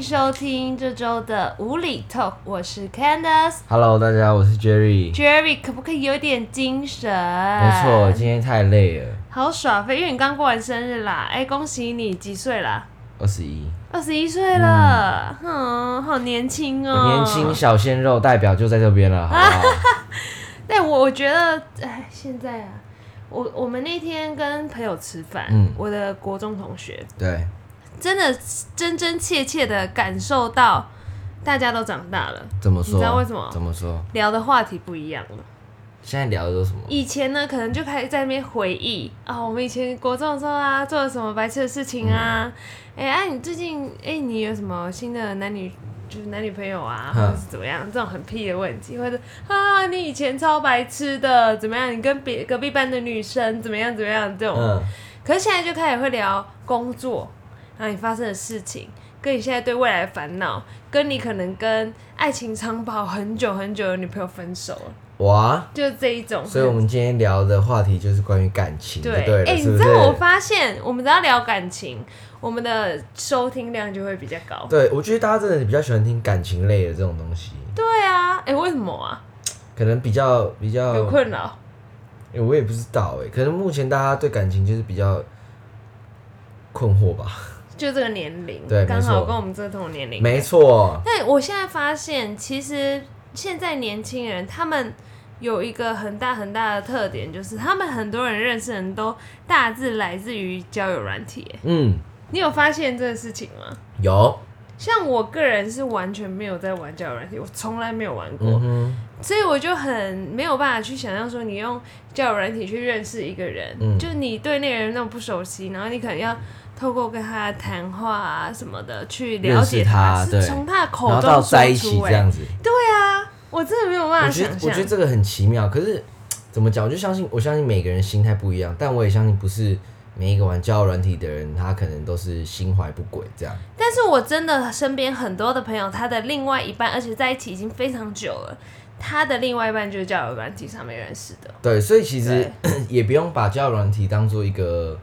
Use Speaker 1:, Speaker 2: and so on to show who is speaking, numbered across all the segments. Speaker 1: 收听这周的无理 Talk，我是 Candace。
Speaker 2: Hello，大家，我是 Jerry。
Speaker 1: Jerry 可不可以有点精神？
Speaker 2: 没错，，今天太累了，
Speaker 1: 好耍飞，因为你刚过完生日啦。哎、恭喜你，几岁啦？
Speaker 2: 二十一，
Speaker 1: 二十一岁了，哼、好年轻哦、
Speaker 2: 嗯年轻。小鲜肉代表就在这 边了，好不好？
Speaker 1: 但我我觉得，哎，现在啊，我我们那天跟朋友吃饭，
Speaker 2: 嗯
Speaker 1: 我的国中同学，
Speaker 2: 对，
Speaker 1: 真的真真切切的感受到大家都长大了，
Speaker 2: 怎么说？
Speaker 1: 你知道为什么
Speaker 2: 怎么说？
Speaker 1: 聊的话题不一样了。
Speaker 2: 现在聊的都什么？
Speaker 1: 以前呢，可能就开始在那边回忆啊、我们以前国中的时候啊，做了什么白痴的事情啊？哎、啊，你最近哎、你有什么新的男女就是男女朋友啊，或
Speaker 2: 嗯
Speaker 1: 者是怎么样？这种很屁的问题，或者啊，你以前超白痴的，怎么样？你跟别隔壁班的女生怎么样怎么样？这种，
Speaker 2: 嗯，
Speaker 1: 可是现在就开始会聊工作，然后你发生的事情，跟你现在对未来的烦恼，跟你可能跟爱情长跑很久很久的女朋友分手了，
Speaker 2: 哇，
Speaker 1: 就是这一种。
Speaker 2: 啊所以我们今天聊的话题就是关于感情，就
Speaker 1: 对，
Speaker 2: 对了，
Speaker 1: 哎、
Speaker 2: 是
Speaker 1: 你知
Speaker 2: 不是？
Speaker 1: 道我发现，我们只要聊感情，我们的收听量就会比较高。
Speaker 2: 对，我觉得大家真的比较喜欢听感情类的这种东西，
Speaker 1: 对啊，哎、为什么啊？
Speaker 2: 可能比较比较
Speaker 1: 有困扰？
Speaker 2: 欸我也不知道哎、可能目前大家对感情就是比较困惑吧。
Speaker 1: 就这个年龄，
Speaker 2: 对没
Speaker 1: 刚好
Speaker 2: 错
Speaker 1: 跟我们这同年龄。
Speaker 2: 没错，
Speaker 1: 但我现在发现，其实现在年轻人他们有一个很大很大的特点，就是他们很多人认识人都大致来自于交友软体。哎
Speaker 2: 嗯，
Speaker 1: 你有发现这个事情吗？
Speaker 2: 有，
Speaker 1: 像我个人是完全没有在玩交友软体，我从来没有玩过。
Speaker 2: 嗯哼，
Speaker 1: 所以我就很没有办法去想象说，你用交友软体去认识一个人，
Speaker 2: 嗯
Speaker 1: 就你对那个人那种不熟悉，然后你可能要透过跟他的谈话啊什么的去了解
Speaker 2: 认识他
Speaker 1: 是
Speaker 2: 对
Speaker 1: 从他的口
Speaker 2: 然后
Speaker 1: 中
Speaker 2: 到
Speaker 1: 说
Speaker 2: 在一起
Speaker 1: 出、
Speaker 2: 这
Speaker 1: 欸。
Speaker 2: 样子，
Speaker 1: 我真的没有办法
Speaker 2: 我觉
Speaker 1: 想
Speaker 2: 得我觉得
Speaker 1: 象。
Speaker 2: 这个很奇妙。可是怎么讲？我就相信，我相信每个人心态不一样，但我也相信不是每一个玩交友软体的人，他可能都是心怀不轨这样。
Speaker 1: 但是我真的身边很多的朋友，他的另外一半，而且在一起已经非常久了，他的另外一半就是交友软体上面认识的。
Speaker 2: 对，所以其实 也不用把交友软体当做一个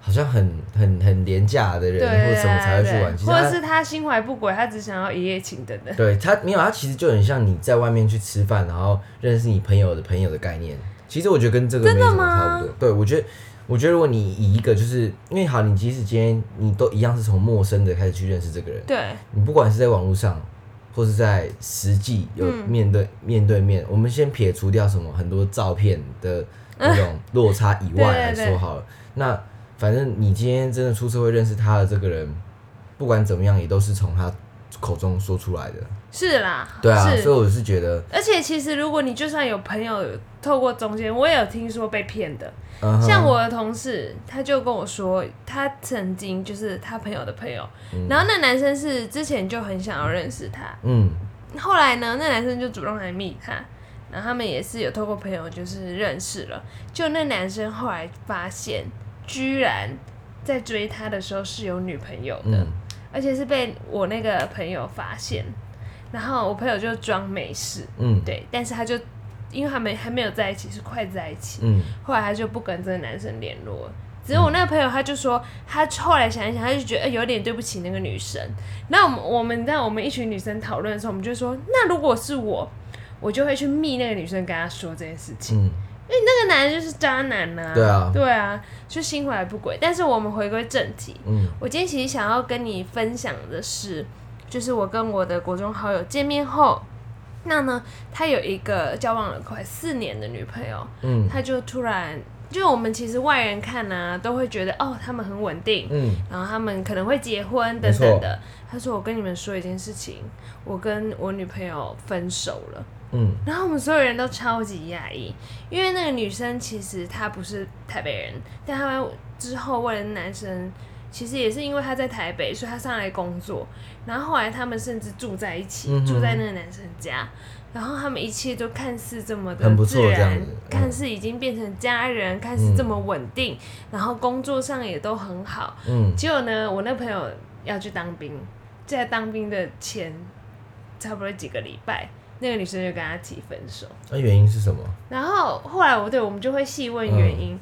Speaker 2: 好像很很很廉价的人
Speaker 1: 对
Speaker 2: 或者什么才会去
Speaker 1: 对
Speaker 2: 玩，其实
Speaker 1: 或
Speaker 2: 他
Speaker 1: 者是他心怀不轨，他只想要一夜情 等等。
Speaker 2: 对他没有，他其实就很像你在外面去吃饭，然后认识你朋友的朋友的概念。其实我觉得跟这个没什么差不多。对，我觉得，我觉得如果你以一个就是因为好，你即使今天你都一样是从陌生的开始去认识这个人，
Speaker 1: 对，
Speaker 2: 你不管是在网络上，或是在实际有
Speaker 1: 嗯
Speaker 2: 面对、面对面，我们先撇除掉什么很多照片的那种落差以外来
Speaker 1: 对对
Speaker 2: 说
Speaker 1: 对
Speaker 2: 好了。那反正你今天真的出社会认识他的这个人，不管怎么样，也都是从他口中说出来的。
Speaker 1: 是啦，
Speaker 2: 对啊，
Speaker 1: 是
Speaker 2: 所以我是觉得，
Speaker 1: 而且其实，如果你就算有朋友透过中间，我也有听说被骗的。
Speaker 2: 嗯哼
Speaker 1: 像我的同事，他就跟我说，他曾经就是他朋友的朋友，然后那男生是之前就很想要认识他，
Speaker 2: 嗯，
Speaker 1: 后来呢，那男生就主动来密他，然后他们也是有透过朋友就是认识了。就那男生后来发现，居然在追他的时候是有女朋友的。
Speaker 2: 嗯，
Speaker 1: 而且是被我那个朋友发现，然后我朋友就装没事，
Speaker 2: 嗯，
Speaker 1: 对，但是他就因为他们还没有在一起，是快在一起，
Speaker 2: 嗯，
Speaker 1: 后来他就不跟这个男生联络了。只是我那个朋友，他就说，他后来想一想，他就觉得、呃有点对不起那个女生。那我们我们在我们一群女生讨论的时候，我们就说，那如果是我，我就会去密那个女生，跟她说这件事情。
Speaker 2: 嗯，
Speaker 1: 那个男人就是渣男呐、
Speaker 2: 对啊
Speaker 1: 对啊，就心怀不轨。但是我们回归正题，
Speaker 2: 嗯，
Speaker 1: 我今天其实想要跟你分享的是，就是我跟我的国中好友见面后，那呢，他有一个交往了快四年的女朋友，
Speaker 2: 嗯，
Speaker 1: 他就突然，就我们其实外人看呢、都会觉得哦，他们很稳定，
Speaker 2: 嗯，
Speaker 1: 然后他们可能会结婚
Speaker 2: 没
Speaker 1: 等
Speaker 2: 错
Speaker 1: 等的。他说：“我跟你们说一件事情，我跟我女朋友分手了。”
Speaker 2: 嗯，
Speaker 1: 然后我们所有人都超级讶异，因为那个女生其实她不是台北人，但她之后为了男生，其实也是因为她在台北，所以她上来工作。然后后来他们甚至住在一起，
Speaker 2: 嗯哼
Speaker 1: 住在那个男生家。然后他们一切都看似这么的
Speaker 2: 很不
Speaker 1: 自
Speaker 2: 错
Speaker 1: 然，
Speaker 2: 这样子嗯
Speaker 1: 看似已经变成家人，看似这么稳定，然后工作上也都很好。
Speaker 2: 嗯，
Speaker 1: 结果呢，我那朋友要去当兵，在当兵的前差不多几个礼拜，那个女生就跟他提分手。
Speaker 2: 那原因是什么？
Speaker 1: 然后后来我对我们就会细问原因，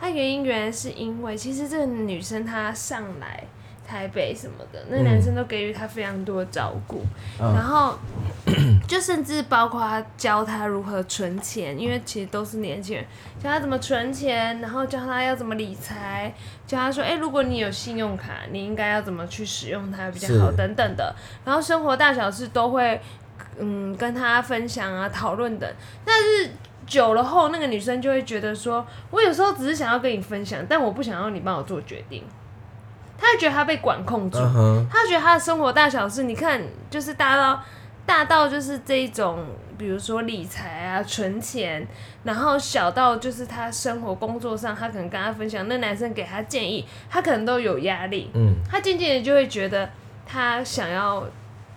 Speaker 1: 她、原因原来是因为其实这个女生她上来，台北什么的，那男生都给予他非常多的照顾，然后 就甚至包括他教他如何存钱，因为其实都是年轻人，教他怎么存钱，然后教他要怎么理财，教他说，哎、如果你有信用卡，你应该要怎么去使用它比较好，
Speaker 2: 是
Speaker 1: 等等的。然后生活大小事都会，嗯，跟他分享啊、讨论等。但是久了后，那个女生就会觉得说，我有时候只是想要跟你分享，但我不想要你帮我做决定。她会觉得她被管控住，
Speaker 2: 嗯哼，
Speaker 1: 他觉得他的生活大小事，你看就是大到大到就是这一种，比如说理财啊、存钱，然后小到就是他生活工作上，他可能跟他分享，那男生给他建议，他可能都有压力，
Speaker 2: 嗯，
Speaker 1: 他渐渐的就会觉得他想要，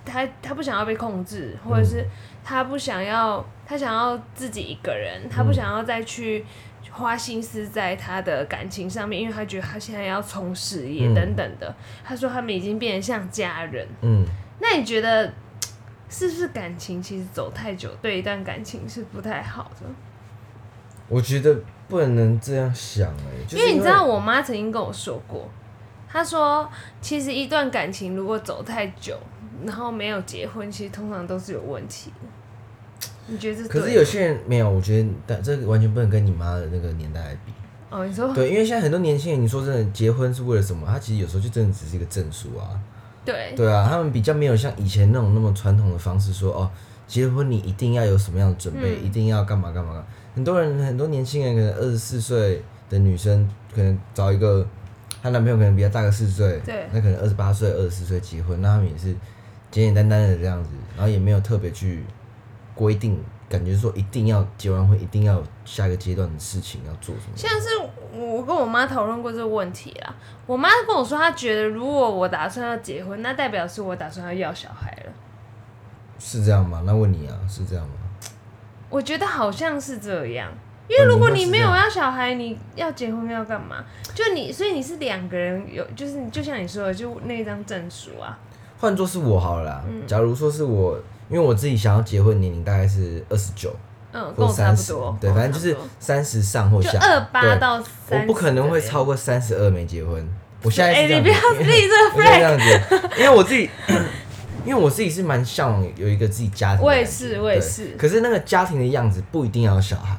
Speaker 1: 他他不想要被控制，或者是他不想要，他想要自己一个人，他不想要再去花心思在他的感情上面，因为他觉得他现在要冲事业
Speaker 2: 嗯
Speaker 1: 等等的。他说他们已经变得像家人。
Speaker 2: 嗯，
Speaker 1: 那你觉得是不是感情其实走太久对一段感情是不太好的？
Speaker 2: 我觉得不能这样想哎、就是
Speaker 1: 因为你知道，我妈曾经跟我说过，她说其实一段感情如果走太久，然后没有结婚，其实通常都是有问题的。你觉得这对
Speaker 2: 可
Speaker 1: 吗
Speaker 2: 是有些人没有，我觉得但这个完全不能跟你妈的那个年代来比。
Speaker 1: 哦，你说
Speaker 2: 对，因为现在很多年轻人，你说真的，结婚是为了什么？他其实有时候就真的只是一个证书啊。
Speaker 1: 对
Speaker 2: 对啊，他们比较没有像以前那种那么传统的方式说哦，结婚你一定要有什么样的准备，
Speaker 1: 嗯
Speaker 2: 一定要干嘛干嘛干嘛。很多人很多年轻人可能二十四岁的女生，可能找一个她男朋友可能比她大个四岁，
Speaker 1: 对
Speaker 2: 那可能二十八岁、二十四岁结婚，那他们也是简简单单的这样子，然后也没有特别去规定，感觉说一定要结完婚一定要有下一个阶段的事情要做什么。
Speaker 1: 像是我跟我妈讨论过这个问题啦，我妈跟我说，她觉得如果我打算要结婚，那代表是我打算要要小孩了。
Speaker 2: 是这样吗？那问你啊，是这样吗？
Speaker 1: 我觉得好像是这样，
Speaker 2: 因为
Speaker 1: 如果你没有要小孩，你要结婚要干嘛？就你，所以你是两个人有，就是你就像你说的，就那一张证书啊，
Speaker 2: 换作是我好了啦，
Speaker 1: 嗯
Speaker 2: 假如说是我，因为我自己想要结婚年龄大概是二十九
Speaker 1: 嗯，跟
Speaker 2: 或
Speaker 1: 我差
Speaker 2: 三
Speaker 1: 不
Speaker 2: 十
Speaker 1: 多，，
Speaker 2: 对，
Speaker 1: 跟我
Speaker 2: 反正就是
Speaker 1: 差不
Speaker 2: 三十上或
Speaker 1: 多就
Speaker 2: 下，
Speaker 1: 二八
Speaker 2: 对
Speaker 1: 到三，
Speaker 2: 我不可能会超。过三十二没结婚。我现在
Speaker 1: 哎，
Speaker 2: 是这
Speaker 1: 你
Speaker 2: 样
Speaker 1: 不要
Speaker 2: 子，
Speaker 1: 立这
Speaker 2: 我
Speaker 1: 个
Speaker 2: 现在这
Speaker 1: flag，
Speaker 2: 样子，因为我自己， 因为我自己是蛮向往有一个自己家庭的感觉，
Speaker 1: 我也是我也
Speaker 2: 对
Speaker 1: 是
Speaker 2: 可是那个家庭的样子不一定要有小孩，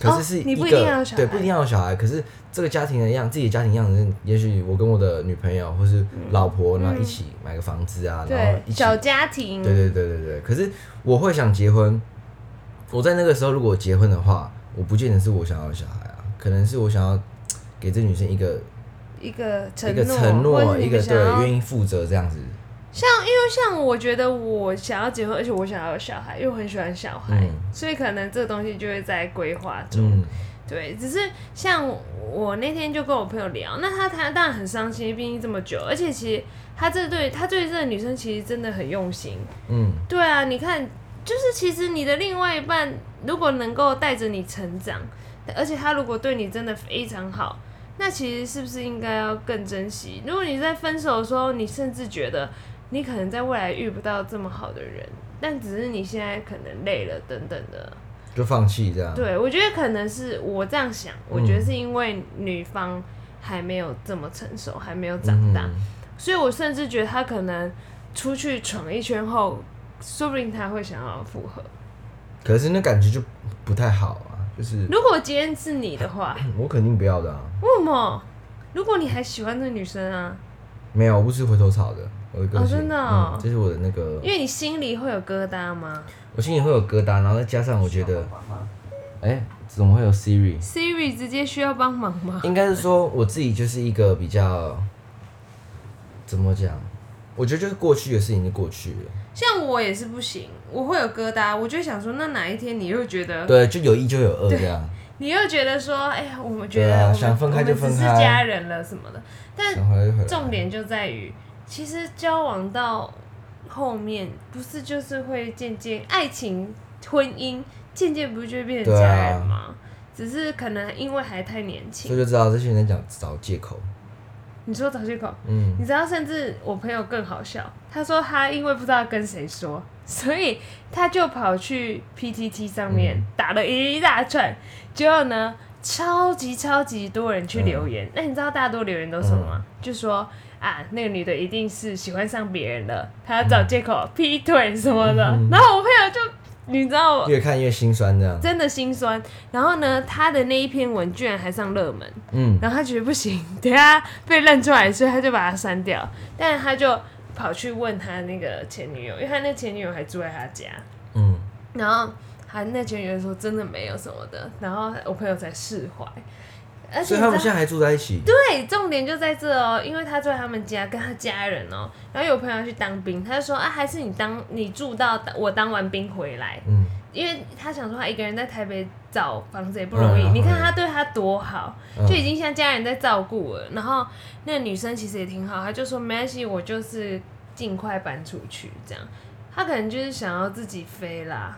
Speaker 2: 可
Speaker 1: 哦
Speaker 2: 是是
Speaker 1: 你
Speaker 2: 一
Speaker 1: 不一
Speaker 2: 个
Speaker 1: 定要有小
Speaker 2: 对
Speaker 1: 孩
Speaker 2: 不一定要有小孩，可是这个家庭的样，自己的家庭样子，也许我跟我的女朋友或是老婆，然后一起买个房子啊，然后
Speaker 1: 嗯对，
Speaker 2: 一起
Speaker 1: 小家庭，
Speaker 2: 对对对对对。可是我会想结婚，我在那个时候如果结婚的话，我不见得是我想要的小孩啊，可能是我想要给这女生一个
Speaker 1: 一个
Speaker 2: 一个
Speaker 1: 承诺，
Speaker 2: 承
Speaker 1: 或
Speaker 2: 诺，
Speaker 1: 者是
Speaker 2: 一
Speaker 1: 你们
Speaker 2: 个
Speaker 1: 想要
Speaker 2: 对愿意负责这样子。
Speaker 1: 像因为像我觉得我想要结婚，而且我想要有小孩，因为我很喜欢小孩，
Speaker 2: 嗯
Speaker 1: 所以可能这个东西就会在规划中。
Speaker 2: 嗯，
Speaker 1: 对，只是像我那天就跟我朋友聊，那他他当然很伤心，毕竟这么久，而且其实他这对他对这个女生其实真的很用心。
Speaker 2: 嗯，
Speaker 1: 对啊，你看，就是其实你的另外一半如果能够带着你成长，而且他如果对你真的非常好，那其实是不是应该要更珍惜？如果你在分手的时候，你甚至觉得你可能在未来遇不到这么好的人，但只是你现在可能累了等等的。
Speaker 2: 就放弃这样。
Speaker 1: 对，我觉得可能是我这样想，我觉得是因为女方还没有这么成熟，还没有长大，
Speaker 2: 嗯
Speaker 1: 所以我甚至觉得她可能出去闯一圈后，说不定她会想要复合。
Speaker 2: 可是那感觉就不太好啊，就是
Speaker 1: 如果今天是你的话，
Speaker 2: 我肯定不要的啊，
Speaker 1: 为什么？如果你还喜欢这女生啊，
Speaker 2: 没有，我不吃回头草的。我的个
Speaker 1: 哦
Speaker 2: 性
Speaker 1: 真的哦
Speaker 2: 嗯这是我的那个
Speaker 1: 因，为你心里会有疙瘩吗
Speaker 2: 我心里会有疙瘩，然后再加上我觉得，哎、怎么会有 Siri？
Speaker 1: ？Siri 直接需要帮忙吗？
Speaker 2: 应该是说我自己就是一个比较怎么讲，我觉得就是过去的事情就过去了，
Speaker 1: 像我也是不行，我会有疙瘩，我就想说，那哪一天你又觉得
Speaker 2: 对，就有一就有二这样，
Speaker 1: 你又觉得说，哎呀，我们觉
Speaker 2: 对
Speaker 1: 得
Speaker 2: 啊
Speaker 1: 我们、
Speaker 2: 想分开就分开
Speaker 1: 我们只是家人了什么的。但
Speaker 2: 想回来就回来。
Speaker 1: 重点就在于，其实交往到后面，不是就是会渐渐爱情、婚姻渐渐不是就会变成
Speaker 2: 对啊
Speaker 1: 家人吗？只是可能因为还太年
Speaker 2: 所以
Speaker 1: 轻，
Speaker 2: 就知道这些人在讲找借口，
Speaker 1: 你说找借口，
Speaker 2: 嗯，
Speaker 1: 你知道，甚至我朋友更好笑，他说他因为不知道跟谁说， 所以他就跑去 PTT 上面打了一大串，结果呢，超级超级多人去留言。那、你知道大多留言都是什么吗？就说啊，那个女的一定是喜欢上别人了，她要找借口劈腿什么的。然后我朋友就你知道
Speaker 2: 越看越心酸这样。
Speaker 1: 真的心酸。然后呢，他的那一篇文居然还上热门，
Speaker 2: 嗯，
Speaker 1: 然后他觉得不行， 等一下被认出来，所以他就把它删掉。但他就跑去问他那个前女友，因为他那前女友还住在他家，
Speaker 2: 嗯，
Speaker 1: 然后他那前女友说真的没有什么的，然后我朋友才释怀。而且
Speaker 2: 所
Speaker 1: 你知道
Speaker 2: 以他们现在还住在一起。
Speaker 1: 对，重点就在这哦，因为他住在他们家，跟他家人哦。然后有朋友去当兵，他就说啊，还是你当你住到我当完兵回来，
Speaker 2: 嗯，
Speaker 1: 因为他想说他一个人在台北找房子也不容易。
Speaker 2: 嗯
Speaker 1: 你看他对他多好，
Speaker 2: 嗯
Speaker 1: 就已经像家人在照顾了。然后那个女生其实也挺好，她就说没关系，我就是尽快搬出去这样。她可能就是想要自己飞啦。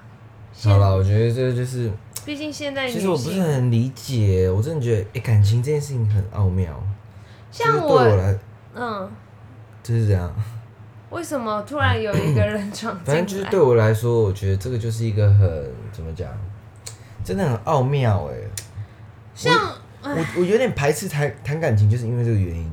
Speaker 2: 好了，我觉得这就是，
Speaker 1: 毕竟现在女
Speaker 2: 其实我不是
Speaker 1: 性，
Speaker 2: 很理解，我真的觉得，哎、感情这件事情很奥妙。就是
Speaker 1: 像
Speaker 2: 对我来，
Speaker 1: 嗯，
Speaker 2: 就是这样。
Speaker 1: 为什么突然有一个人闯进来？
Speaker 2: 反正就是对我来说，我觉得这个就是一个很怎么讲，真的很奥妙哎、
Speaker 1: 像
Speaker 2: 我我有点排斥谈谈感情，就是因为这个原因，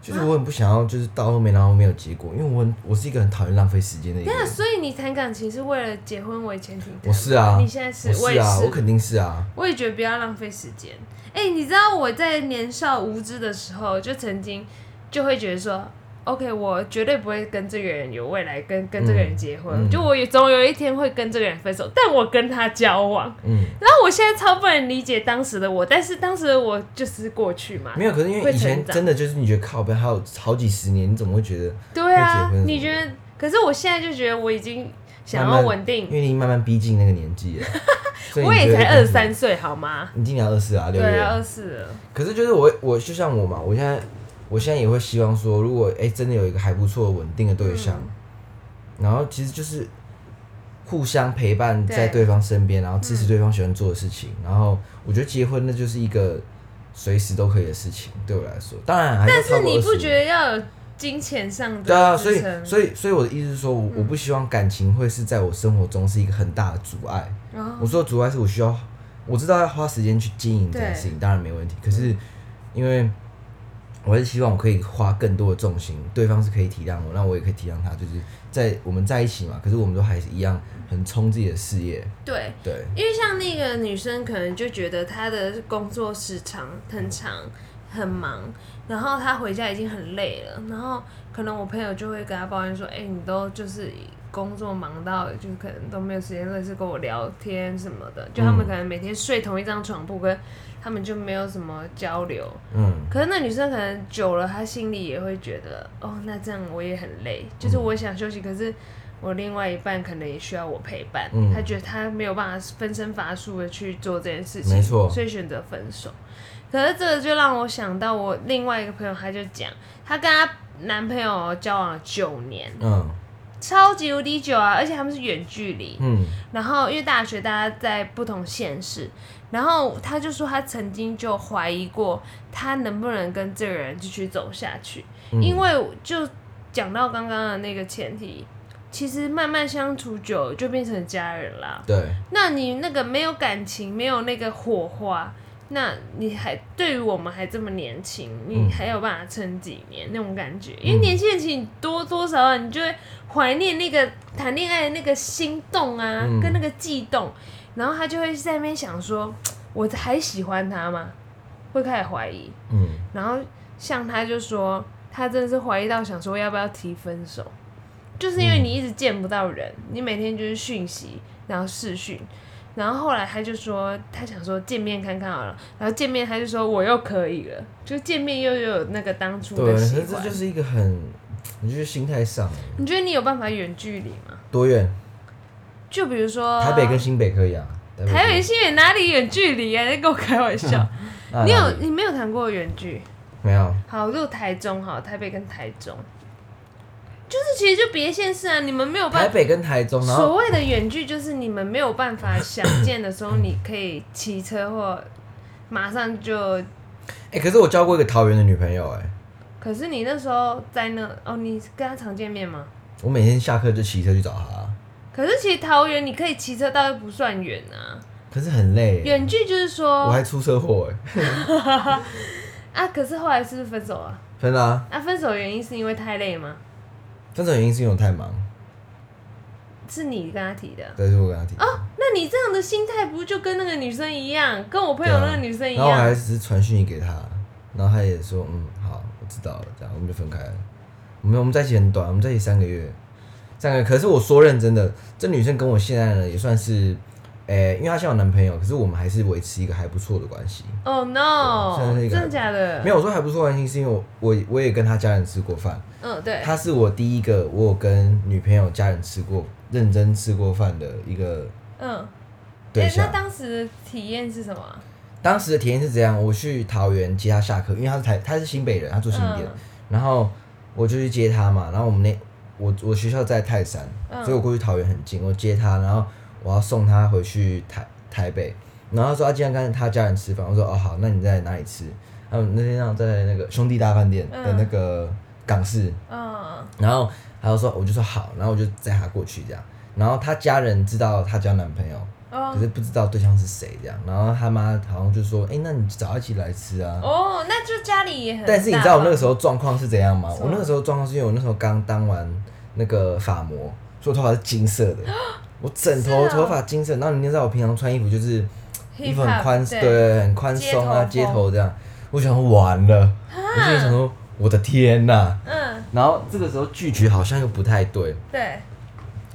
Speaker 2: 就是我很不想要，就是到后面然后没有结果，因为我很我是一个很讨厌浪费时间的一个
Speaker 1: 那
Speaker 2: 人。
Speaker 1: 所以你谈感情是为了结婚为前提谈吗？
Speaker 2: 我是啊，
Speaker 1: 你现在是，
Speaker 2: 我
Speaker 1: 也
Speaker 2: 啊，
Speaker 1: 是，
Speaker 2: 我肯定是啊。
Speaker 1: 我也觉得不要浪费时间。哎、你知道我在年少无知的时候，就曾经就会觉得说，OK，我绝对不会跟这个人有未来，跟跟这个人结婚，
Speaker 2: 嗯嗯
Speaker 1: 就我也总有一天会跟这个人分手，但我跟他交往。
Speaker 2: 嗯，
Speaker 1: 然后我现在超不能理解当时的我，但是当时的我就是过去嘛，
Speaker 2: 没有，可是因为
Speaker 1: 会
Speaker 2: 以
Speaker 1: 成
Speaker 2: 前
Speaker 1: 长
Speaker 2: 真的就是你觉得靠背还有好几十年，你怎么会觉得？
Speaker 1: 对啊
Speaker 2: 会结婚什么，的
Speaker 1: 你觉得？可是我现在就觉得我已经想
Speaker 2: 慢
Speaker 1: 要
Speaker 2: 慢
Speaker 1: 稳定，
Speaker 2: 因为你慢慢逼近那个 年纪了，所以
Speaker 1: 我
Speaker 2: 你
Speaker 1: 也
Speaker 2: 就会
Speaker 1: 才
Speaker 2: 开
Speaker 1: 二
Speaker 2: 始
Speaker 1: 十三，岁，好吗？
Speaker 2: 你今年二四啊，六
Speaker 1: 对
Speaker 2: 月。
Speaker 1: 啊，二四了。
Speaker 2: 可是就是我我就像我嘛，我现在我现在也会希望说，如果哎、真的有一个还不错稳定的对象，
Speaker 1: 嗯
Speaker 2: 然后其实就是互相陪伴在
Speaker 1: 对
Speaker 2: 对方身边，然后
Speaker 1: 嗯
Speaker 2: 支持对方喜欢做的事情，然后我觉得结婚那就是一个随时都可以的事情，对我来说，当然还
Speaker 1: 但
Speaker 2: 是超
Speaker 1: 是
Speaker 2: 过
Speaker 1: 你
Speaker 2: 20
Speaker 1: 不觉得要有金钱上的
Speaker 2: 对啊，所
Speaker 1: 支
Speaker 2: 以
Speaker 1: 撑
Speaker 2: 所以所以我的意思是说，我
Speaker 1: 嗯
Speaker 2: 我不希望感情会是在我生活中是一个很大的阻碍。
Speaker 1: 然后
Speaker 2: 我说的阻碍是我需要，我知道要花时间去经营这件
Speaker 1: 对嗯
Speaker 2: 事情，当然没问题。可是因为我还是希望我可以花更多的重心，对方是可以体谅我，那我也可以体谅他，就是在我们在一起嘛。可是我们都还是一样很冲自己的事业，
Speaker 1: 对，
Speaker 2: 对，
Speaker 1: 因为像那个女生可能就觉得她的工作时长很长很忙，然后她回家已经很累了，然后可能我朋友就会跟她抱怨说：“哎、你都就是工作忙到就是可能都没有时间认识跟我聊天什么的，就他们
Speaker 2: 嗯
Speaker 1: 可能每天睡同一张床铺，跟他们就没有什么交流。”
Speaker 2: 嗯，
Speaker 1: 可是那女生可能久了，她心里也会觉得，哦，那这样我也很累，就是
Speaker 2: 嗯
Speaker 1: 我想休息，可是我另外一半可能也需要我陪伴，
Speaker 2: 嗯
Speaker 1: 她觉得她没有办法分身乏术的去做这件事情，
Speaker 2: 没错，
Speaker 1: 所以选择分手。可是这个就让我想到我另外一个朋友，她就讲，她跟她男朋友交往了九年，
Speaker 2: 嗯
Speaker 1: 超级无敌久啊，而且他们是远距离，
Speaker 2: 嗯
Speaker 1: 然后因为大学大家在不同县市，然后他就说他曾经就怀疑过他能不能跟这个人继续走下去，
Speaker 2: 嗯
Speaker 1: 因为就讲到刚刚的那个前提，其实慢慢相处久了就变成家人啦。
Speaker 2: 对，
Speaker 1: 那你那个没有感情，没有那个火花，那你还对于我们还这么年轻，你
Speaker 2: 嗯
Speaker 1: 还有办法撑几年那种感觉？因为年轻人其实多多少少你就会怀念那个谈恋爱的那个心动啊，
Speaker 2: 嗯
Speaker 1: 跟那个悸动，然后他就会在那边想说，我还喜欢他吗？会开始怀疑，
Speaker 2: 嗯
Speaker 1: 然后像他就说，他真的是怀疑到想说要不要提分手，就是因为
Speaker 2: 嗯
Speaker 1: 你一直见不到人，你每天就是讯息，然后视讯，然后后来他就说他想说见面看看好了，然后见面他就说我又可以了，就见面又有那个当初
Speaker 2: 对，
Speaker 1: 的
Speaker 2: 可
Speaker 1: 习
Speaker 2: 是这
Speaker 1: 惯
Speaker 2: 就。是一个很，我觉得心态上欸
Speaker 1: 你觉得你有办法远距离吗？
Speaker 2: 多远，
Speaker 1: 就比如说
Speaker 2: 台北跟新北可以啊，台北
Speaker 1: 呃台
Speaker 2: 可
Speaker 1: 北
Speaker 2: 以
Speaker 1: 新远哪里远距离啊？你在跟我开玩 笑？
Speaker 2: 那
Speaker 1: 你有
Speaker 2: 哪里
Speaker 1: 你没有谈过远距？
Speaker 2: 没有？
Speaker 1: 好，如果台中好，台北跟台中，就是其实就别县市啊，你们没有
Speaker 2: 台
Speaker 1: 办法。
Speaker 2: 北跟台中，然后
Speaker 1: 所谓的远距，就是你们没有办法想见的时候，你可以骑车或马上就。
Speaker 2: 哎、可是我交过一个桃园的女朋友、哎，
Speaker 1: 可是你那时候在那哦，你跟他常见面吗？
Speaker 2: 我每天下课就骑车去找她，
Speaker 1: 可是其实桃园你可以骑车到又不算远啊，
Speaker 2: 可是很累、哎
Speaker 1: 远距就是
Speaker 2: 我
Speaker 1: 说
Speaker 2: 还出车祸、哎，
Speaker 1: 啊，可是后来是不是分手了？
Speaker 2: 真的啊，
Speaker 1: 那、分手的原因是因为太累吗？
Speaker 2: 分手原因是因为我太忙，
Speaker 1: 是你跟他提的？
Speaker 2: 对，是我跟他提。
Speaker 1: 哦，那你这样的心态不就跟那个女生一样，跟我朋友
Speaker 2: 对啊
Speaker 1: 那个女生一
Speaker 2: 然后我还
Speaker 1: 样？
Speaker 2: 只是传讯息给他，然后他也说嗯好，我知道了，这样我们就分开了。我们我们在一起很短，我们在一起三个月，三个月。可是我说认真的，这女生跟我现在呢也算是，诶、因为她现在有男朋友，可是我们还是维持一个还不错的关系。
Speaker 1: 哦、
Speaker 2: 对
Speaker 1: no！
Speaker 2: 啊现在是一个
Speaker 1: 真的假的？
Speaker 2: 没
Speaker 1: 有，
Speaker 2: 有，我说还不错的关系是因为我我我也跟她家人吃过饭，
Speaker 1: 嗯，对，
Speaker 2: 她是我第一个我有跟女朋友家人吃过认真吃过饭的一个
Speaker 1: 嗯，
Speaker 2: 对
Speaker 1: 诶那
Speaker 2: 象。
Speaker 1: 当时的体验是什么啊？
Speaker 2: 当时的体验是这样，我去桃园接她下课，因为她是台她是新北人，她住新店，
Speaker 1: 嗯
Speaker 2: 然后我就去接她嘛，然后我们那我我学校在泰山，
Speaker 1: 嗯
Speaker 2: 所以我过去桃园很近，我接她，然后我要送她回去台台北，然后她说她今天跟她家人吃饭，我说哦好，那你在哪里吃？他们那天让我在那个兄弟大饭店的那个港式，
Speaker 1: 嗯，
Speaker 2: 然后她就说我就说好，然后我就载她过去这样，然后她家人知道她交男朋友，可
Speaker 1: 哦
Speaker 2: 是不知道对象是谁这样，然后他妈好像就说：“哎、那你找一起来吃啊。
Speaker 1: 哦，那就家里也很大方。
Speaker 2: 但是你知道我那个时候状况是怎样吗？
Speaker 1: 什么
Speaker 2: 我那个时候状况是因为我那时候刚当完那个发膜，所以我头发是金色的，
Speaker 1: 哦
Speaker 2: 我枕头、
Speaker 1: 是哦
Speaker 2: 头发金色。然后你知道我平常穿衣服就是衣
Speaker 1: hip
Speaker 2: 服很
Speaker 1: hop，
Speaker 2: 宽，
Speaker 1: 对，
Speaker 2: 对，很宽松啊，
Speaker 1: 街
Speaker 2: 街
Speaker 1: 头风
Speaker 2: 头这样。我想说完了，我心里想说我的天呐、
Speaker 1: 嗯，
Speaker 2: 然后这个时候拒绝好像又不太对，
Speaker 1: 对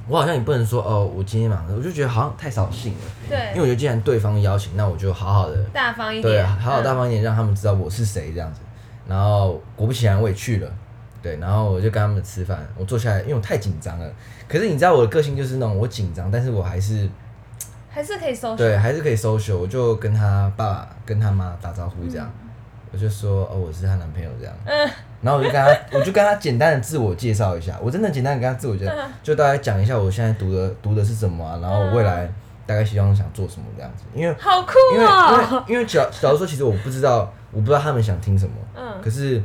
Speaker 2: 我好像也不能说哦，我今天忙，我就觉得好像太扫兴了。因为
Speaker 1: 对，
Speaker 2: 我觉得既然对方邀请，那我就好好的
Speaker 1: 大方一点，
Speaker 2: 对，啊好好
Speaker 1: 嗯
Speaker 2: 大方一点，让他们知道我是谁这样子。然后果不其然，我也去了。对，然后我就跟他们吃饭，我坐下来，因为我太紧张了。可是你知道我的个性就是那种，我紧张，但是我还是
Speaker 1: 还是可以收拾。
Speaker 2: 对，还是可以 social。我就跟他爸爸、跟他妈打招呼这样，我就说哦，我是她男朋友这样。
Speaker 1: 嗯
Speaker 2: 然后我就跟他，我就跟他简单的自我介绍一下，我真的简单的跟他自我介绍，
Speaker 1: 嗯
Speaker 2: 就大概讲一下我现在读的读的是什么啊，然后我
Speaker 1: 嗯
Speaker 2: 未来大概希望想做什么这样子。因为
Speaker 1: 好酷
Speaker 2: 因为因为
Speaker 1: 哦！
Speaker 2: 因为假假如说，其实我不知道，我不知道他们想听什么，
Speaker 1: 嗯，
Speaker 2: 可是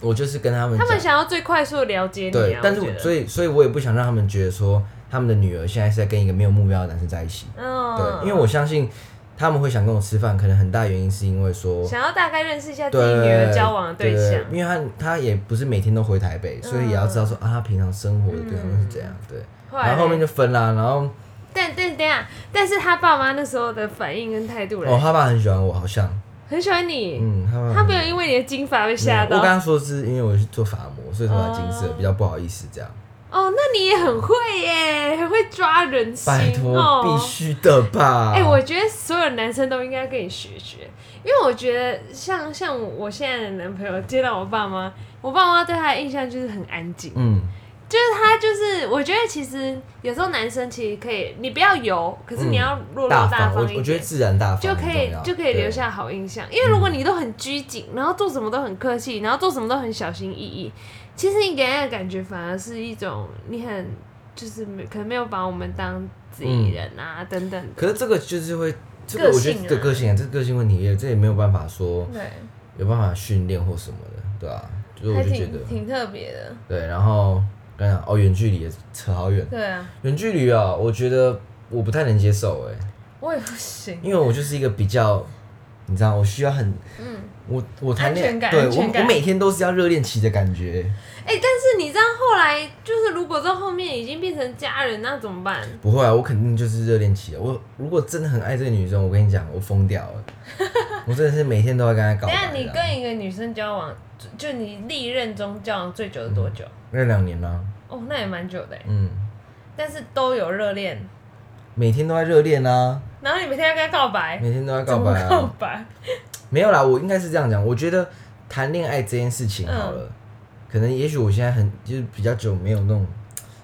Speaker 2: 我就是跟他们
Speaker 1: 他
Speaker 2: 讲，
Speaker 1: 们想要最快速的了解你
Speaker 2: 对
Speaker 1: 啊，，
Speaker 2: 但是
Speaker 1: 我
Speaker 2: 我
Speaker 1: 觉得
Speaker 2: 所以所以我也不想让他们觉得说他们的女儿现在是在跟一个没有目标的男生在一起，
Speaker 1: 嗯，
Speaker 2: 对，因为我相信他们会想跟我吃饭，可能很大原因是因为说。
Speaker 1: 想要大概认识一下自
Speaker 2: 对，
Speaker 1: 己女儿交往的对象，嗯
Speaker 2: 因为他他也不是每天都回台北，所以也要知道说啊，他平常生活的对象是怎样，对。
Speaker 1: 来
Speaker 2: 然后后面就分啦，然后哦
Speaker 1: 但但等一下，但是他爸妈那时候的反应跟态度嘞，
Speaker 2: 哦，他爸很喜欢我，好像，
Speaker 1: 很喜欢你，
Speaker 2: 嗯，他爸
Speaker 1: 他
Speaker 2: 很
Speaker 1: 没有因为你的金发被吓
Speaker 2: 我
Speaker 1: 到
Speaker 2: 刚。刚说是因为我去做法模，所以头发金色，比较不好意思这样。
Speaker 1: 哦，那你也很会耶，很会抓人心
Speaker 2: 拜托，
Speaker 1: 哦。
Speaker 2: 必须啊的吧？
Speaker 1: 哎、我觉得所有男生都应该跟你学学，因为我觉得像像我现在的男朋友接到我爸妈，我爸妈对他的印象就是很安静，
Speaker 2: 嗯，
Speaker 1: 就是他就是我觉得其实有时候男生其实可以，你不要油，可是你要落落
Speaker 2: 嗯大
Speaker 1: 大
Speaker 2: 方，我
Speaker 1: 方一
Speaker 2: 我觉得
Speaker 1: 点。
Speaker 2: 自然大方
Speaker 1: 就可
Speaker 2: 很
Speaker 1: 以
Speaker 2: 重要嗯
Speaker 1: 就可以留下好印象，因为如果你都很拘谨，然后做什么都很客气，然后做什么都很小心翼翼，其实你给人的感觉反而是一种你很就是没可能没有把我们当自
Speaker 2: 嗯
Speaker 1: 己人啊、等等
Speaker 2: 对。可是这个就是会，这个
Speaker 1: 个
Speaker 2: 我觉
Speaker 1: 性啊
Speaker 2: 得这个个性啊，这个个性问题也这也没有办法说
Speaker 1: 对，
Speaker 2: 有办法训练或什么的，对吧、就是我
Speaker 1: 还
Speaker 2: 就觉得
Speaker 1: 挺挺特别的，
Speaker 2: 对，然后刚讲哦，远距离也扯好远，
Speaker 1: 对啊，
Speaker 2: 远距离啊，我觉得我不太能接受哎、
Speaker 1: 我也不行，
Speaker 2: 因为我就是一个比较，你知道，我需要很
Speaker 1: 嗯，
Speaker 2: 我我谈恋爱，
Speaker 1: 安全感
Speaker 2: 对
Speaker 1: 安全
Speaker 2: 我
Speaker 1: 感
Speaker 2: 我每天都是要热恋期的感觉，
Speaker 1: 哎、但是你这样后来就是如果到后面已经变成家人，那怎么办？
Speaker 2: 不会啊，我肯定就是热恋期的。我如果真的很爱这个女生，我跟你讲，我疯 掉了，我真的是每天都要跟她搞
Speaker 1: 等一
Speaker 2: 白
Speaker 1: 下
Speaker 2: 啊。
Speaker 1: 你跟一个女生交往，就就你历任中交往最久是多久？
Speaker 2: 那两年啦、啊
Speaker 1: 哦，那也蛮久的欸，
Speaker 2: 嗯，
Speaker 1: 但是都有热恋，
Speaker 2: 每天都在热恋啊，
Speaker 1: 然后你每天要跟她告白，
Speaker 2: 每天都在
Speaker 1: 怎
Speaker 2: 告
Speaker 1: 么
Speaker 2: 白啊。
Speaker 1: 告白？
Speaker 2: 没有啦，我应该是这样讲。我觉得谈恋爱这件事情
Speaker 1: 嗯
Speaker 2: 好了，可能也许我现在很就是比较久没有那种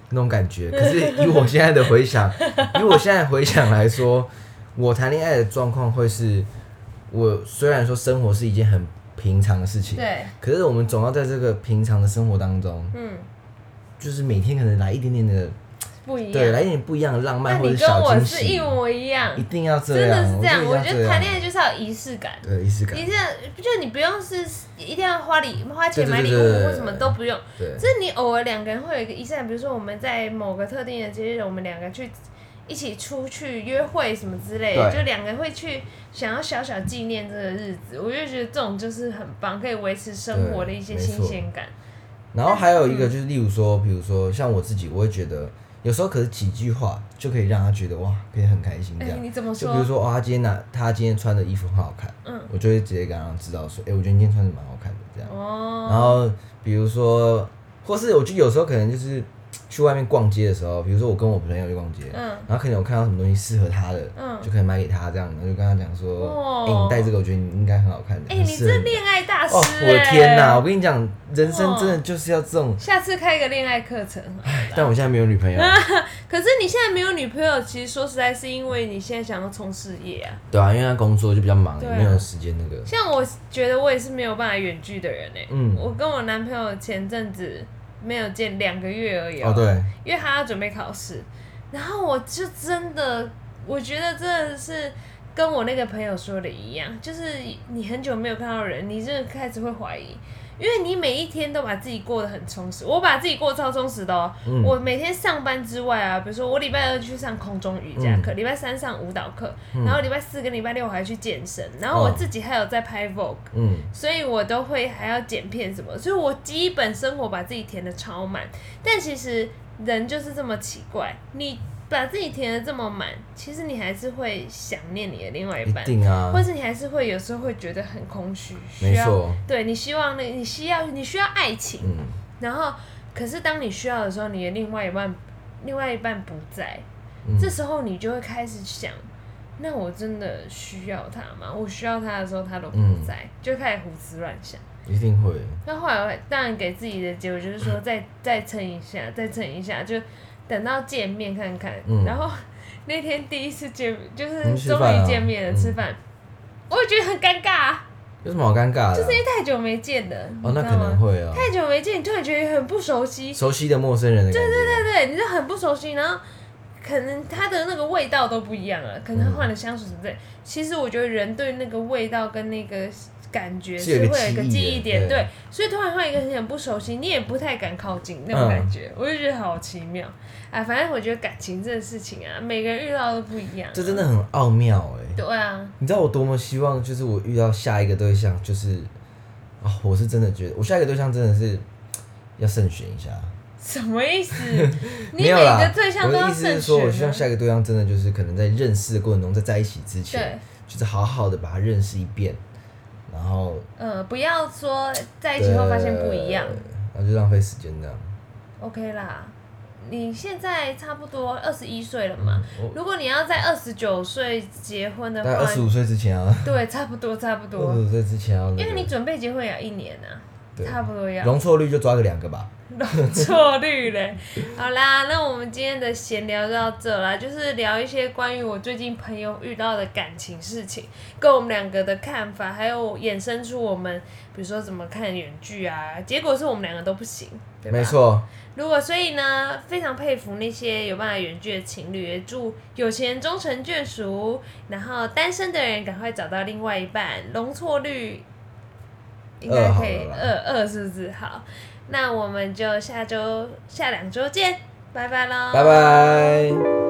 Speaker 2: 那种感觉，可是以我现在的回想， 以我现在回想来说，我谈恋爱的状况会是，我虽然说生活是一件很平常的事情，
Speaker 1: 对，
Speaker 2: 可是我们总要在这个平常的生活当中，
Speaker 1: 嗯，
Speaker 2: 就是每天可能来一点点的，
Speaker 1: 不一
Speaker 2: 对，
Speaker 1: 样。
Speaker 2: 来一点不一样的浪
Speaker 1: 那
Speaker 2: 漫或者
Speaker 1: 你跟
Speaker 2: 小
Speaker 1: 我
Speaker 2: 惊
Speaker 1: 是
Speaker 2: 喜
Speaker 1: 一，模一样
Speaker 2: 一，定要这
Speaker 1: 真
Speaker 2: 样，
Speaker 1: 的是这样。我
Speaker 2: 我
Speaker 1: 觉
Speaker 2: 觉
Speaker 1: 得谈恋爱就是要有仪式感。
Speaker 2: 对仪啊式感
Speaker 1: 你，这样就你不用是一定要花礼花钱买礼物
Speaker 2: 对对对对
Speaker 1: 或什么都不用，
Speaker 2: 对
Speaker 1: 就是你偶尔两个人会有一个仪式感，比如说我们在某个特定的节日，我们两个去一起出去约会什么之类
Speaker 2: 对
Speaker 1: 的，就两个会去想要小小纪念这个日子，我就觉得这种就是很棒，可以维持生活的一些
Speaker 2: 对没错
Speaker 1: 新鲜感。
Speaker 2: 然后还有一个
Speaker 1: 嗯
Speaker 2: 就是，例如说，比如说像我自己，我会觉得有时候可是几句话就可以让他觉得哇，可以很开心这
Speaker 1: 哎、
Speaker 2: 样。
Speaker 1: 你怎么
Speaker 2: 嗯就
Speaker 1: 说？
Speaker 2: 比如说，哦哇，他今天拿他今天穿的衣服很好看，
Speaker 1: 嗯，
Speaker 2: 我就会直接跟他知道说，哎、我觉得你今天穿的蛮好看的这样。
Speaker 1: 哦，
Speaker 2: 然后比如说，或是我觉得有时候可能就是去外面逛街的时候，比如说我跟我朋友去逛街，
Speaker 1: 嗯
Speaker 2: 然后可能有看到什么东西适合他的，
Speaker 1: 嗯
Speaker 2: 就可以买给他这样，然后就跟他讲说，
Speaker 1: 哦
Speaker 2: 哎、你戴这个我觉得你应该很好看的，
Speaker 1: 哎、
Speaker 2: 很
Speaker 1: 你
Speaker 2: 适合
Speaker 1: 这
Speaker 2: 你
Speaker 1: 恋爱大师、
Speaker 2: 哦，
Speaker 1: 哎！
Speaker 2: 我的天哪！我跟你讲，人生真的就是要这种。
Speaker 1: 下次开一个恋爱课程。
Speaker 2: 但我现在没有 女朋友，
Speaker 1: 可是你现在没有女朋友，其实说实在是因为你现在想要冲事业啊。
Speaker 2: 对啊，因为他工作就比较忙，
Speaker 1: 对啊
Speaker 2: 没有时间那个。
Speaker 1: 像我觉得我也是没有办法远距的人哎、
Speaker 2: 嗯
Speaker 1: 我跟我男朋友前阵子没有见两个月而已、
Speaker 2: 哦，对，
Speaker 1: 因为他要准备考试，然后我就真的，我觉得真的是跟我那个朋友说的一样，就是你很久没有看到人，你就开始会怀疑，因为你每一天都把自己过得很充实，我把自己过得超充实的哦、
Speaker 2: 嗯
Speaker 1: 我每天上班之外啊，比如说我礼拜二去上空中瑜
Speaker 2: 嗯
Speaker 1: 伽课，礼、拜三上舞蹈课，然后礼拜四跟礼拜六我还去健身，然后我
Speaker 2: 哦
Speaker 1: 自己还有在拍 Vogue。
Speaker 2: 嗯，
Speaker 1: 所以我都会还要剪片什么，所以我基本生活把自己填的超满。但其实人就是这么奇怪，你把自己填的这么满，其实你还是会想念你的另外一
Speaker 2: 一
Speaker 1: 半，
Speaker 2: 定啊
Speaker 1: 或，是你还是会有时候会觉得很空虚，需
Speaker 2: 没
Speaker 1: 要
Speaker 2: 错，
Speaker 1: 对你希望那你需要你需要爱情，
Speaker 2: 嗯，
Speaker 1: 然后可是当你需要的时候，你的另外一半另外一半不在，
Speaker 2: 嗯
Speaker 1: 这时候你就会开始想，那我真的需要他吗？我需要他的时候他都不在，
Speaker 2: 嗯
Speaker 1: 就开始胡思乱想。
Speaker 2: 一定会。
Speaker 1: 那后来我当然给自己的结果就是 说再再撑一下，再撑一下，就等到见面看看。
Speaker 2: 嗯
Speaker 1: 然后那天第一次见，就是
Speaker 2: 嗯吃
Speaker 1: 终
Speaker 2: 饭啊
Speaker 1: 于见面了，
Speaker 2: 嗯
Speaker 1: 吃饭，我也觉得很尴尬、啊，
Speaker 2: 有什么好尴尬的
Speaker 1: 就是因为
Speaker 2: 啊？
Speaker 1: 太久没见了，
Speaker 2: 哦，那
Speaker 1: 你
Speaker 2: 可
Speaker 1: 知道
Speaker 2: 能
Speaker 1: 吗？
Speaker 2: 会哦，
Speaker 1: 太久没见，你突然觉得很不熟悉，
Speaker 2: 熟悉的陌生人的感觉。
Speaker 1: 对，你就很不熟悉，然后可能它的那个味道都不一样了，可能它换了香水什么之
Speaker 2: 嗯
Speaker 1: 类。其实我觉得人对那个味道跟那个感觉
Speaker 2: 是有一
Speaker 1: 是
Speaker 2: 个
Speaker 1: 会有一个
Speaker 2: 记忆
Speaker 1: 记忆
Speaker 2: 的
Speaker 1: 点，
Speaker 2: 对
Speaker 1: 对，所以突然换一个很不熟悉，你也不太敢靠近那种
Speaker 2: 嗯
Speaker 1: 感觉，我就觉得好奇妙。啊，反正我觉得感情这个事情啊，每个人遇到的都不一样、啊
Speaker 2: 这真。的很奥妙哎。
Speaker 1: 对啊，
Speaker 2: 你知道我多么希望，就是我遇到下一个对象，就是啊、我是真的觉得我下一个对象真的是要慎选一下。
Speaker 1: 什么意 思？你
Speaker 2: 没
Speaker 1: 每
Speaker 2: 有啦，
Speaker 1: 个对象都
Speaker 2: 我
Speaker 1: 要
Speaker 2: 的意思
Speaker 1: 慎
Speaker 2: 是说，
Speaker 1: 选、
Speaker 2: 我希望
Speaker 1: 啊。
Speaker 2: 下一个对象真的就是可能在认识的过程中，在在一起之前
Speaker 1: 对，，
Speaker 2: 就是好好的把他认识一遍，然后
Speaker 1: 呃，不要说在一起后发现不一样。
Speaker 2: 然后就浪费时间这样。
Speaker 1: OK 啦，你现在差不多二十一岁了嘛？
Speaker 2: 我
Speaker 1: 如果你要在二十九岁结婚的
Speaker 2: 大概二十
Speaker 1: 话，
Speaker 2: 五岁之前啊，
Speaker 1: 对，差不多差不
Speaker 2: 二
Speaker 1: 多
Speaker 2: 十，五岁之前要、那
Speaker 1: 因为你
Speaker 2: 个
Speaker 1: 准备结婚也要一年啊，
Speaker 2: 对
Speaker 1: 差不多要。
Speaker 2: 容错率就抓个两个吧。
Speaker 1: 错率嘞。 好啦，那我们今天的闲聊就到这啦，就是聊一些关于我最近朋友遇到的感情事情，跟我们两个的看法，还有衍生出我们比如说怎么看远距啊，结果是我们两个都不行，对吧？
Speaker 2: 没错，
Speaker 1: 如果所以呢，非常佩服那些有办法远距的情侣，也祝有钱人终成眷属，然后单身的人赶快找到另外一半，容错率应该可以
Speaker 2: 二好了
Speaker 1: 二二是不是？好，那我们就下周下两周见，拜拜喽，
Speaker 2: 拜拜。